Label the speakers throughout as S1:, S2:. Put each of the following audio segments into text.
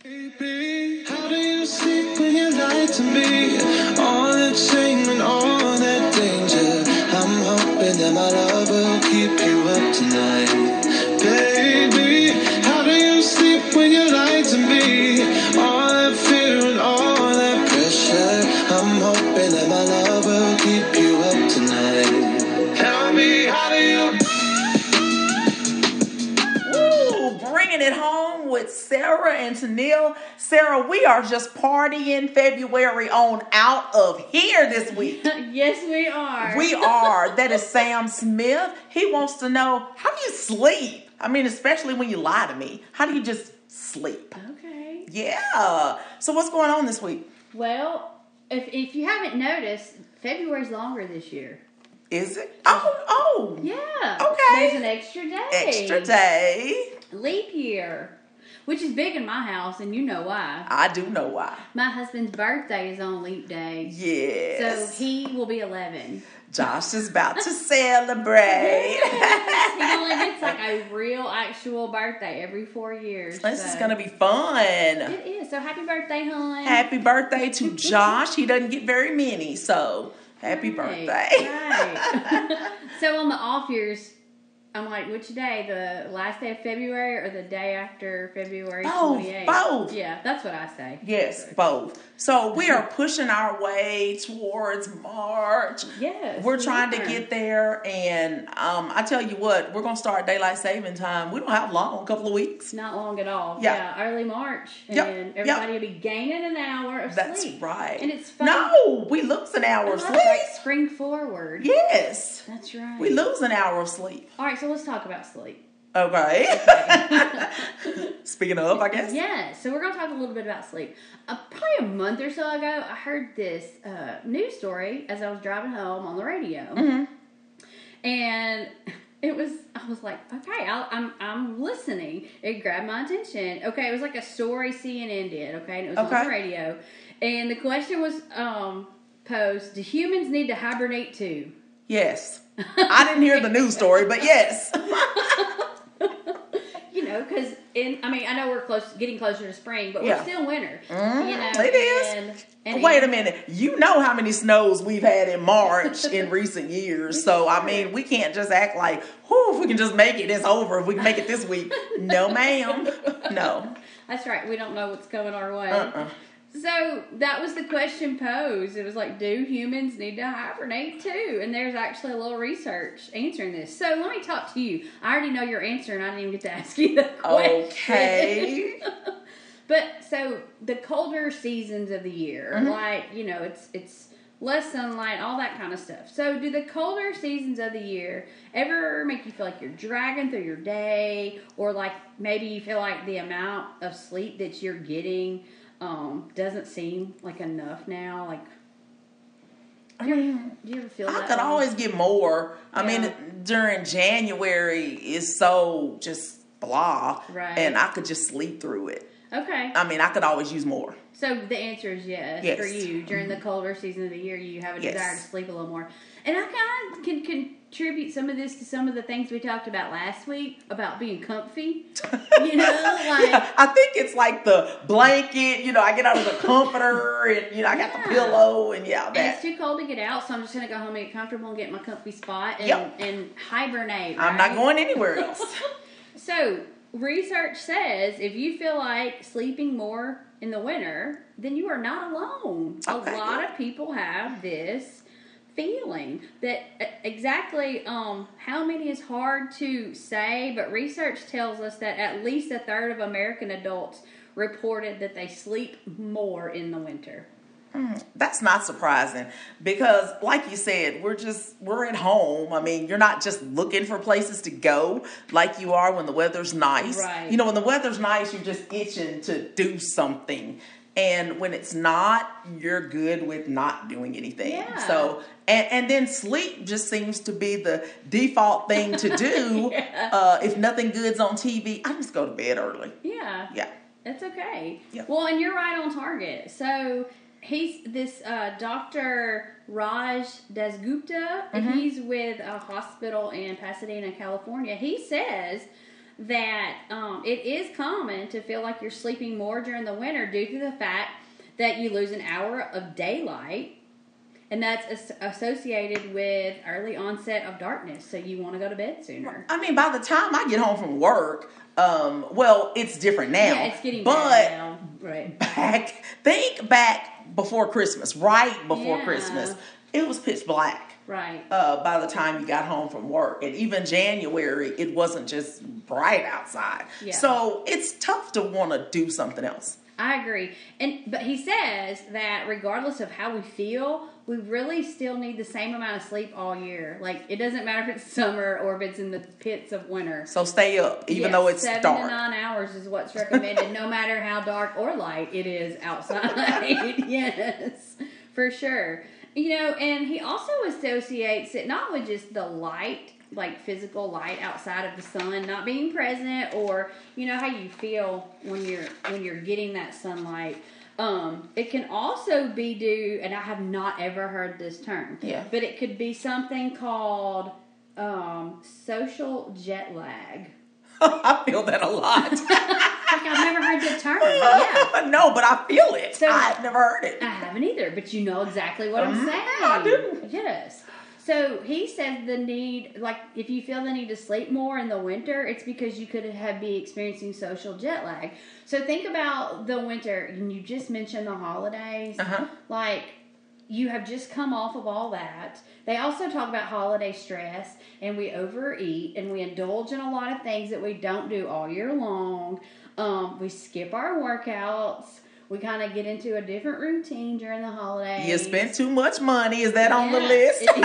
S1: How do you sleep when you lie to me? All that shame and all that danger. I'm hoping that my love will keep you up tonight. Baby, how do you sleep when you lie to me? All that fear and all that pressure. I'm hoping that my love will keep you up tonight. Tell me, how do you? Woo! Bringing it home with Sarah and Tennille. Sarah, we are just partying February on out of here this week.
S2: yes, we are.
S1: We are. That is Sam Smith. He wants to know how do you sleep? I mean, especially when you lie to me. How do you just sleep?
S2: okay.
S1: Yeah. So what's going on this week?
S2: Well, if if you haven't noticed, February's longer this year.
S1: Is it? Oh, oh.
S2: Yeah.
S1: Okay.
S2: There's an extra day.
S1: Extra day.
S2: Leap year, which is big in my house, and you know why.
S1: I do know why.
S2: My husband's birthday is on leap day.
S1: Yes.
S2: So he will be 11.
S1: Josh is about to celebrate.
S2: he only gets like a real actual birthday every four years.
S1: This is
S2: so-
S1: gonna be fun.
S2: It is. So happy birthday, hon.
S1: Happy birthday to Josh. He doesn't get very many, so happy
S2: Right,
S1: birthday.
S2: right. so on the off years, I'm like, which day? The last day of February or the day after February
S1: Both,
S2: 28th?
S1: both.
S2: Yeah, that's what I say.
S1: Yes, both. So we are pushing our way towards March.
S2: Yes,
S1: We're
S2: we
S1: trying to
S2: are.
S1: get there, and um, I tell you what, we're gonna start daylight saving time. We don't have long, a couple of weeks.
S2: Not long at all.
S1: Yeah.
S2: early March. And
S1: Yep,
S2: everybody will be gaining an hour of
S1: That's
S2: sleep.
S1: right.
S2: And it's fun.
S1: no, we lose an hour of
S2: That's
S1: sleep.
S2: like spring forward.
S1: Yes,
S2: That's right.
S1: we lose an hour of sleep.
S2: All right, so let's talk about sleep.
S1: Okay. Speaking of, I guess.
S2: Yeah, so we're going to talk a little bit about sleep. Uh, probably a month or so ago, I heard this uh, news story as I was driving home on the radio,
S1: Mm-hmm.
S2: and it was I was like, okay, I'll, I'm I'm listening. It grabbed my attention. Okay, it was like a story CNN did. Okay, and it was on
S1: Okay.
S2: the radio, and the question was um, posed: Do humans need to hibernate too?
S1: Yes. I didn't hear the news story, but yes.
S2: You know, because in I mean, I know we're close, getting closer to spring, but
S1: Yeah. Mm-hmm.
S2: we're still winter. you know,
S1: it is.
S2: And, and
S1: Wait a minute. You know how many snows we've had in March in recent years. So, I mean, we can't just act like, whoo, if we can just make it, it's over. If we can make it this week. No, ma'am. No.
S2: That's right. We don't know what's coming our way.
S1: Uh-uh.
S2: So that was the question posed. It was like, do humans need to hibernate too? And there's actually a little research answering this. So let me talk to you. I already know your answer, and I didn't even get to ask you the question.
S1: Okay.
S2: But so the colder seasons of the year,
S1: Mm-hmm.
S2: like you know, it's it's less sunlight, all that kind of stuff. So do the colder seasons of the year ever make you feel like you're dragging through your day, or like maybe you feel like the amount of sleep that you're getting um, doesn't seem like enough now? Like,
S1: I mean,
S2: do you ever feel
S1: I
S2: that
S1: could
S2: way?
S1: always get more. I
S2: Yeah.
S1: mean, during January is so just blah.
S2: Right.
S1: And I could just sleep through it.
S2: okay?
S1: I mean, I could always use more.
S2: So the answer is yes,
S1: Yes.
S2: for you. During the colder season of the year, you have a
S1: Yes.
S2: desire to sleep a little more. And I kind of can contribute some of this to some of the things we talked about last week about being comfy. You know, like
S1: Yeah, I think it's like the blanket. You know, I get out of the comforter, and you know, I got the
S2: Yeah.
S1: pillow, and yeah,
S2: and
S1: that.
S2: it's too cold to get out, so I'm just gonna go home and get comfortable and get in my comfy spot and,
S1: Yep.
S2: and hibernate.
S1: I'm not
S2: right?
S1: going anywhere else.
S2: So research says if you feel like sleeping more in the winter, then you are not alone.
S1: Okay.
S2: A lot of people have this feeling that uh, exactly um, how many is hard to say, but research tells us that at least a third of American adults reported that they sleep more in the winter.
S1: That's not surprising because, like you said, we're just we're at home. I mean, you're not just looking for places to go like you are when the weather's nice.
S2: Right.
S1: You know, when the weather's nice, you're just itching to do something, and when it's not, you're good with not doing anything.
S2: Yeah.
S1: So, and and then sleep just seems to be the default thing to do.
S2: Yeah.
S1: uh, if nothing good's on TV, I just go to bed early.
S2: Yeah.
S1: Yeah.
S2: That's okay.
S1: Yeah.
S2: Well, and you're right on target. So he's this uh, Dr. Raj Dasgupta, and he's with a hospital in Pasadena, California. He says that um, it is common to feel like you're sleeping more during the winter due to the fact that you lose an hour of daylight. And that's as- associated with early onset of darkness, so you want to go to bed sooner.
S1: I mean, by the time I get home from work, um, well, it's different now.
S2: Yeah, it's getting
S1: but
S2: bad now. Right.
S1: back, think back before Christmas, right before
S2: Yeah.
S1: Christmas, it was pitch black.
S2: Right.
S1: Uh, by the time you got home from work, and even January, it wasn't just bright outside.
S2: Yeah.
S1: So it's tough to want to do something else.
S2: I agree. And but he says that regardless of how we feel, we really still need the same amount of sleep all year. Like it doesn't matter if it's summer or if it's in the pits of winter.
S1: So stay up, even
S2: Yes,
S1: though it's
S2: seven
S1: dark.
S2: to nine hours is what's recommended, no matter how dark or light it is outside. yes, for sure. You know, and he also associates it not with just the light, like physical light outside of the sun, not being present, or you know how you feel when you're when you're getting that sunlight. Um, it can also be due, and I have not ever heard this term.
S1: Yeah.
S2: but it could be something called um, social jet lag.
S1: I feel that a lot.
S2: Like I've never heard that term. Yeah.
S1: no, but I feel it.
S2: So-
S1: I've never heard it.
S2: I haven't either, but you know exactly what I'm
S1: Mm,
S2: saying.
S1: I do.
S2: Yes. So he says the need, like if you feel the need to sleep more in the winter, it's because you could have be experiencing social jet lag. So think about the winter, and you just mentioned the holidays.
S1: Uh-huh.
S2: Like you have just come off of all that. They also talk about holiday stress and we overeat and we indulge in a lot of things that we don't do all year long. Um, we skip our workouts. We kind of get into a different routine during the holidays.
S1: You spent too much money. Is that on the
S2: Yes,
S1: list?
S2: It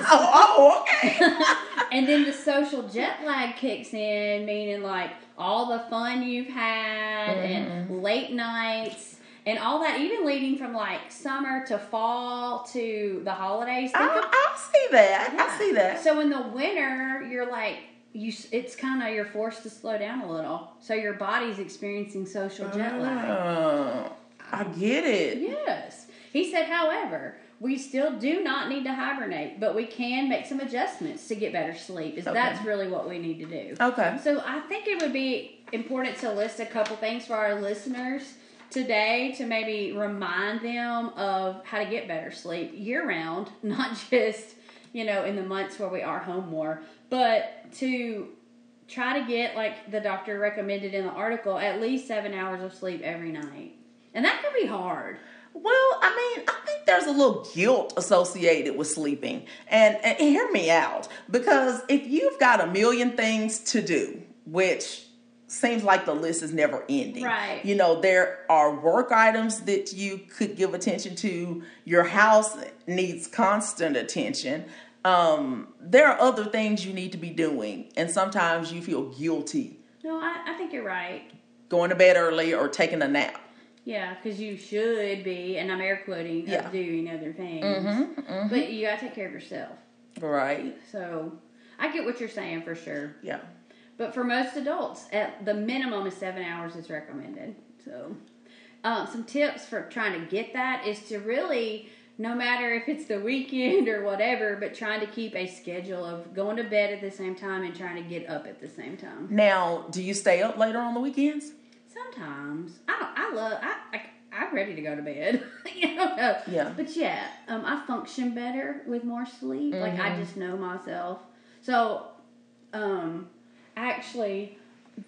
S2: is.
S1: oh, oh, okay.
S2: and then the social jet lag kicks in, meaning like all the fun you've had and late nights and all that, even leading from like summer to fall to the holidays. Think
S1: I, I see that. I see that.
S2: So in the winter, you're like you. s- It's kind of you're forced to slow down a little, so your body's experiencing social
S1: Ah.
S2: jet lag.
S1: Oh, I get it.
S2: Yes, he said. However, we still do not need to hibernate, but we can make some adjustments to get better sleep. Is
S1: Okay. Oh,
S2: that's really what we need to do?
S1: Okay.
S2: So I think it would be important to list a couple things for our listeners today to maybe remind them of how to get better sleep year round, not just, you know, in the months where we are home more, but to try to get like the doctor recommended in the article at least 7 hours of sleep every night. And that could be hard.
S1: Well, I mean, I think there's a little guilt associated with sleeping. And, and hear me out because if you've got a million things to do, which seems like the list is never ending.
S2: Right.
S1: You know, there are work items that you could give attention to. Your house needs constant attention. Um, there are other things you need to be doing, and sometimes you feel guilty
S2: No, I, I think you're right.
S1: going to bed early or taking a nap.
S2: Yeah, because you should be, and I'm air quoting,
S1: Yeah.
S2: of doing other things. But you gotta take care of yourself.
S1: Right.
S2: So I get what you're saying for sure.
S1: Yeah.
S2: But for most adults, at the minimum of seven hours is recommended. So um, some tips for trying to get that is to really, no matter if it's the weekend or whatever, but trying to keep a schedule of going to bed at the same time and trying to get up at the same time.
S1: Now, do you stay up later on the weekends?
S2: Sometimes I don't. I love. I, I I'm ready to go to bed. you don't know.
S1: Yeah.
S2: But yeah, um, I function better with more sleep. Like
S1: Mm-hmm.
S2: I just know myself. So, um, actually,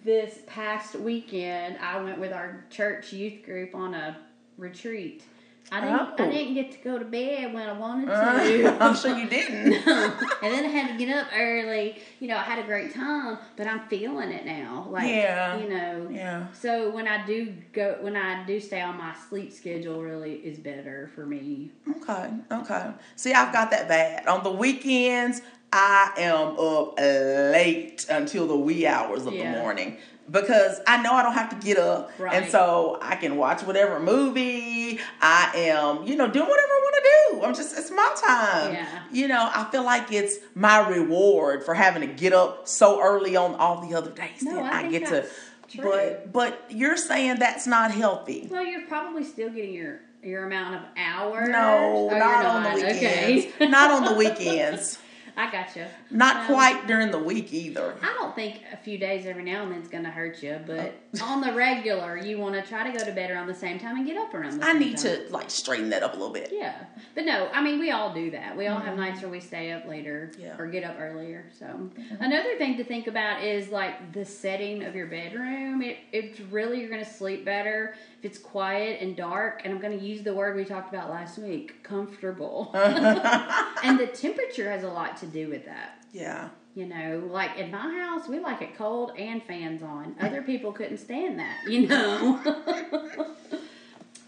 S2: this past weekend I went with our church youth group on a retreat. I didn't.
S1: Oh. Uh.
S2: I didn't get to go to bed when I wanted to.
S1: I'm sure you didn't.
S2: and then I had to get up early. You know, I had a great time, but I'm feeling it now. Like,
S1: Yeah.
S2: you know,
S1: Yeah.
S2: so when I do go, when I do stay on my sleep schedule, really is better for me.
S1: Okay. Okay. See, I've got that bad. On the weekends, I am up late until the wee hours of
S2: Yeah.
S1: the morning because I know I don't have to get up, and
S2: Right.
S1: so I can watch whatever movie. I am, you know, doing whatever I want to do. I'm just, it's my time.
S2: Yeah.
S1: You know, I feel like it's my reward for having to get up so early on all the other days.
S2: No,
S1: that
S2: I
S1: I,
S2: think
S1: get to.
S2: that's true.
S1: But but you're saying that's not healthy.
S2: Well, you're probably still getting your your amount of hours.
S1: No,
S2: Oh, you're
S1: not on the
S2: not.
S1: weekends.
S2: Okay.
S1: not on the weekends.
S2: I got you.
S1: Not quite during the week either.
S2: I don't think a few days every now and then is going to hurt you, but
S1: Oh.
S2: on the regular, you want to try to go to bed around the same time and get up around the
S1: I
S2: same
S1: need
S2: time.
S1: to like straighten that up a little bit.
S2: Yeah. But no, I mean, we all do that. We all have nights where we stay up later
S1: Yeah.
S2: or get up earlier. So, another thing to think about is like the setting of your bedroom. It, it's really, you're going to sleep better if it's quiet and dark. And I'm going to use the word we talked about last week comfortable. and the temperature has a lot to do with that.
S1: Yeah.
S2: You know, like in my house, we like it cold and fans on. Other people couldn't stand that, you know.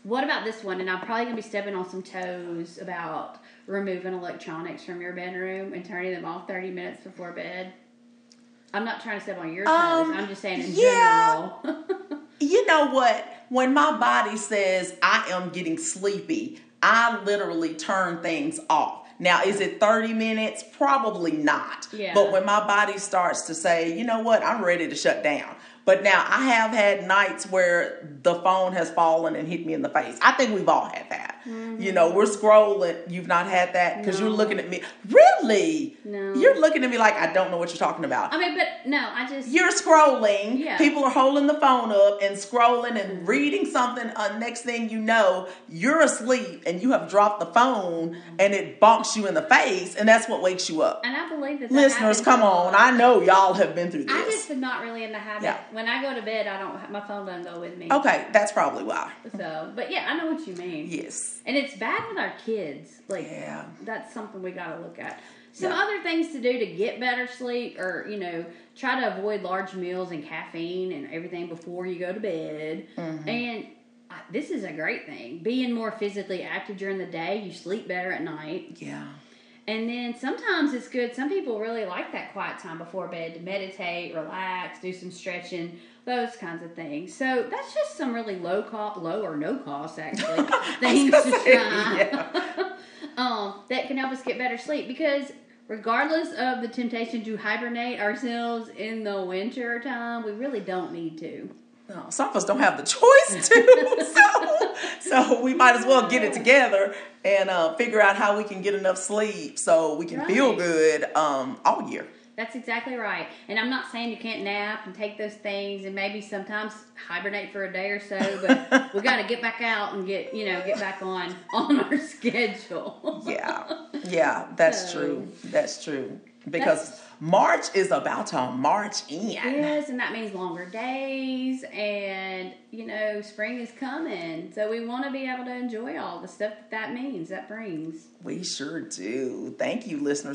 S2: what about this one? And I'm probably going to be stepping on some toes about removing electronics from your bedroom and turning them off 30 minutes before bed. I'm not trying to step on your toes.
S1: Um,
S2: I'm just saying in
S1: yeah.
S2: general.
S1: You know what? When my body says I am getting sleepy, I literally turn things off. Now, is it 30 minutes? Probably not.
S2: Yeah.
S1: But when my body starts to say, you know what, I'm ready to shut down. But now I have had nights where the phone has fallen and hit me in the face. I think we've all had that. You know, we're scrolling. You've not had that because you're
S2: Mm-hmm. No.
S1: looking at me. Really?
S2: No.
S1: You're looking at me like I don't know what you're talking about
S2: I mean, but no, I just.
S1: you're scrolling.
S2: Yeah.
S1: People are holding the phone up and scrolling and reading something. Uh, next thing you know, you're asleep and you have dropped the phone and it bonks you in the face, and that's what wakes you up.
S2: and I believe that, that
S1: Listeners,
S2: happens
S1: come
S2: a
S1: on.
S2: lot.
S1: I know y'all have been through
S2: I
S1: this.
S2: just am not really in the habit.
S1: Yeah.
S2: When I go to bed, I don't. My phone doesn't go with me.
S1: Okay, that's probably why.
S2: So, but yeah, I know what you mean.
S1: Yes.
S2: And it's bad with our kids. Like
S1: Yeah.
S2: that's something we gotta look at. Some
S1: Yeah.
S2: other things to do to get better sleep or, you know, try to avoid large meals and caffeine and everything before you go to bed.
S1: Mm-hmm.
S2: And I, this is a great thing. Being more physically active during the day, you sleep better at night.
S1: Yeah.
S2: And then sometimes it's good. Some people really like that quiet time before bed to meditate, relax, do some stretching, those kinds of things. So that's just some really low cost, low or no cost actually things to try um, that can help us get better sleep because. Regardless of the temptation to hibernate ourselves in the winter time, we really don't need to.
S1: No, some of us don't have the choice to, so, so we might as well get it together and uh, figure out how we can get enough sleep so we can feel
S2: Right.
S1: good um, all year.
S2: That's exactly right. And I'm not saying you can't nap and take those things and maybe sometimes hibernate for a day or so, but we got to get back out and get, you know, get back on on our schedule.
S1: yeah, yeah, that's
S2: So-
S1: true. That's true. Because March is about to march in.
S2: Yes, and that means longer days and, you know, spring is coming. So we want to be able to enjoy all the stuff that that means, that brings.
S1: We sure do. Thank you, listeners.